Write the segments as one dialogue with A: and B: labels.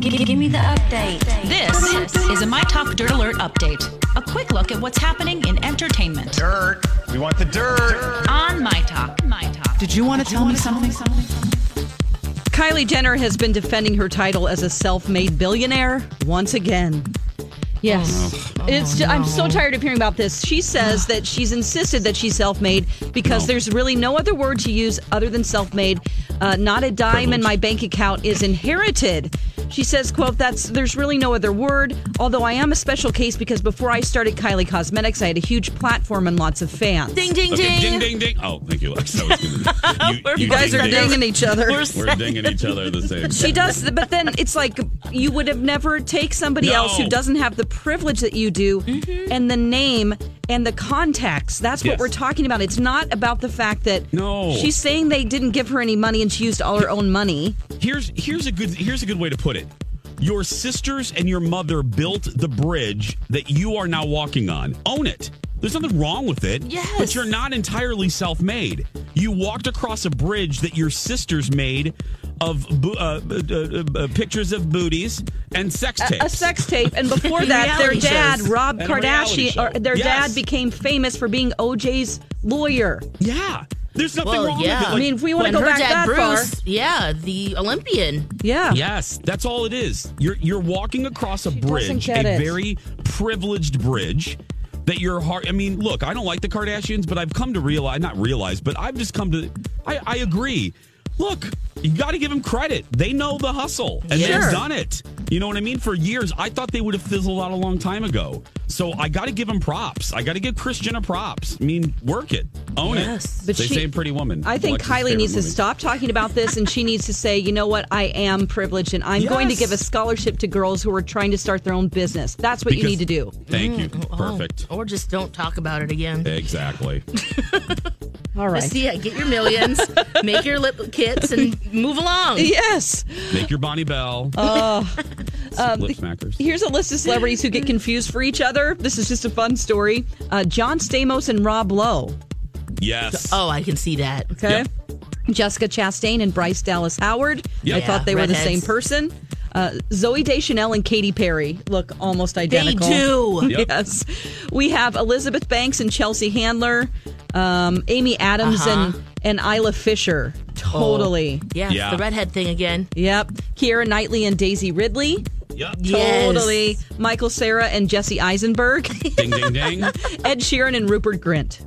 A: Give, give me the update.
B: This is a My Talk Dirt Alert update. A quick look at what's happening in entertainment
C: dirt. We want the dirt.
B: on My Talk. My Talk.
D: Did you want to tell me something?
E: Kylie Jenner has been defending her title as a self-made billionaire once again. Yes, it's. ju- I'm so tired of hearing about this. She says that she's insisted that she's self-made because there's really no other word to use other than self-made. Uh, not a dime in my bank account is inherited. She says, "quote That's there's really no other word. Although I am a special case because before I started Kylie Cosmetics, I had a huge platform and lots of fans.
A: Ding, ding,
F: Okay, ding,
A: ding.
F: ding, ding. Oh, thank you, Lex. That was gonna, you,
E: You guys are
F: ding-dinged.
E: dinging each other.
F: We're dinging each other at the same.
E: She
F: time.
E: does, but then it's like you would have never take somebody
F: No. Mm-hmm.
E: else who doesn't have the privilege that you do and the name and the contacts. That's what
F: Yes.
E: we're talking about. It's not about the fact that
F: No.
E: she's saying they didn't give her any money and she used all her own money.
F: Here's here's a good here's a good way to put it. Your sisters and your mother built the bridge that you are now walking on. Own it. There's nothing wrong with it.
A: Yes.
F: But you're not entirely self-made. You walked across a bridge that your sisters made of bo- uh, uh, uh, uh, pictures of booties and sex tapes.
E: A sex tape, and before that, their
A: Reality
E: dad
A: shows.
E: Rob
F: And a reality
E: Kardashian,
F: show.
E: or their
F: Yes.
E: dad became famous for being OJ's lawyer.
F: yeah. There's nothing
A: Well,
F: wrong
A: yeah.
F: with it.
E: I mean, if we want to
A: When
E: go
A: her
E: back that
A: dad, Bruce,
E: far,
A: yeah, the Olympian.
E: yeah,
F: Yes, that's all it is. You're you're walking across a
E: doesn't
F: bridge,
E: get
F: a
E: it.
F: very privileged bridge that your heart I mean, look, I don't like the Kardashians, but I've come to realize not realize, but I've just come to I, I agree. Look, you got to give them credit. They know the hustle and
E: Sure.
F: they've done it. You know what I mean? For years, I thought they would have fizzled out a long time ago. So I got to give them props. I got to give Christian a props. I mean, work it, own
A: Yes.
F: it.
E: But
F: they
E: she-
F: say Pretty Woman.
E: I think
F: Alexis'
E: Kylie
F: favorite
E: needs to
F: movie.
E: stop talking about this and she needs to say, you know what, I am privileged and I'm going to
F: Yes.
E: give a scholarship to girls who are trying to start their own business. That's what you
F: Because-
E: need to do.
F: Thank you.
E: Mm.
F: Perfect.
A: Oh, or just don't talk about it again.
E: oh.
F: Exactly.
E: All right.
A: Just, yeah, get your millions, make your lip kits, and move along.
E: Yes.
F: Make your Bonnie Bell.
A: Oh. Um,
F: lip smackers.
E: Here's a list of celebrities who get confused for each other. This is just a fun story. Uh, John Stamos and Rob Lowe.
F: yes.
A: Oh, I can see that.
E: Okay.
F: Yep.
E: Jessica Chastain and Bryce Dallas Howard.
F: Yep.
E: I thought they were the same
A: redheads.
E: person. Uh, Zoe Deschanel and Katy Perry look almost identical.
A: do.
F: Yep.
E: Yes. We have Elizabeth Banks and Chelsea Handler, um, Amy Adams and, and Isla Fisher. Totally.
A: Yeah, it's
F: Yeah.
A: the redhead thing again.
E: Yep. Kiera Knightley and Daisy Ridley.
F: Yep.
A: Yes.
E: Totally. Michael Sarah and Jesse Eisenberg.
F: Ding ding ding.
E: Ed Sheeran and Rupert Grint.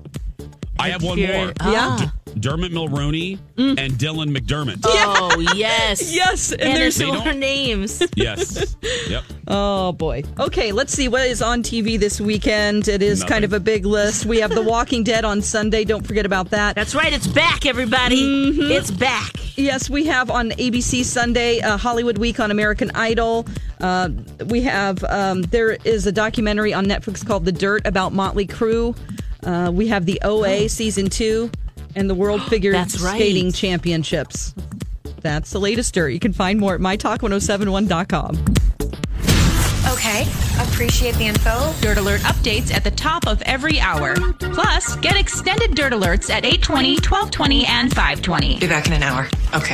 F: I have one
A: Here-
F: more.
A: Ah. Mm.
F: Dermot Mulroney and Dylan McDermott.
A: Oh, yes.
E: Yes. And
A: And
E: there's
A: there's
F: They
A: more
F: don't-
A: names.
F: Yes. Yep.
E: Oh boy. Okay, let's see what is on TV this weekend. It is kind of a big list. We have The Walking Dead on Sunday. Don't forget about that.
A: That's right. It's back, everybody.
E: Mm-hmm.
A: It's back.
E: Yes, we have on ABC Sunday, uh, Hollywood Week on American Idol. Uh, we have um, there is a documentary on Netflix called The Dirt about Motley Crue. Uh, we have the OA season two and the World Figure
A: Oh. That's right.
E: Skating Championships. That's the latest dirt. You can find more at mytalk1071.com.
G: Okay, appreciate the info.
B: Dirt Alert updates at the top of every hour. Plus, get extended Dirt Alerts at 820, 1220, and 520.
H: Be back in an hour. Okay.